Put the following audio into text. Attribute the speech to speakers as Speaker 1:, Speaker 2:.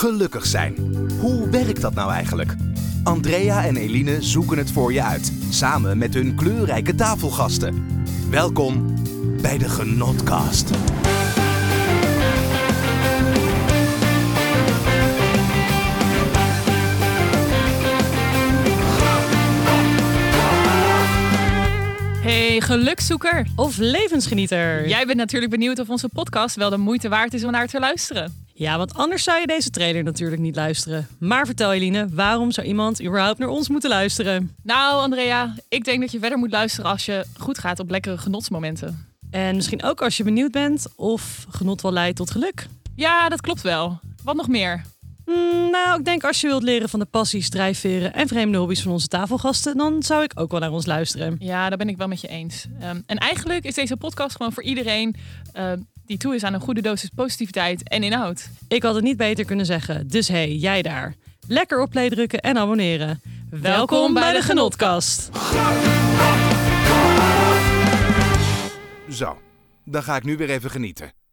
Speaker 1: Gelukkig zijn. Hoe werkt dat nou eigenlijk? Andrea en Eline zoeken het voor je uit, samen met hun kleurrijke tafelgasten. Welkom bij de Genotcast.
Speaker 2: Hey, gelukzoeker!
Speaker 3: Of levensgenieter.
Speaker 2: Jij bent natuurlijk benieuwd of onze podcast wel de moeite waard is om naar te luisteren.
Speaker 3: Ja, want anders zou je deze trailer natuurlijk niet luisteren. Maar vertel Eline, waarom zou iemand überhaupt naar ons moeten luisteren?
Speaker 2: Nou, Andrea, ik denk dat je verder moet luisteren als je goed gaat op lekkere genotsmomenten.
Speaker 3: En misschien ook als je benieuwd bent of genot wel leidt tot geluk.
Speaker 2: Ja, dat klopt wel. Wat nog meer?
Speaker 3: Mm, nou, ik denk als je wilt leren van de passies, drijfveren en vreemde hobby's van onze tafelgasten, dan zou ik ook wel naar ons luisteren.
Speaker 2: Ja, daar ben ik wel met je eens. Ehm, en eigenlijk is deze podcast gewoon voor iedereen ehm, die toe is aan een goede dosis positiviteit en inhoud.
Speaker 3: Ik had het niet beter kunnen zeggen, dus hey, jij daar. Lekker op play drukken en abonneren. Welkom, bij de Genotkast.
Speaker 1: Zo, dan ga ik nu weer even genieten.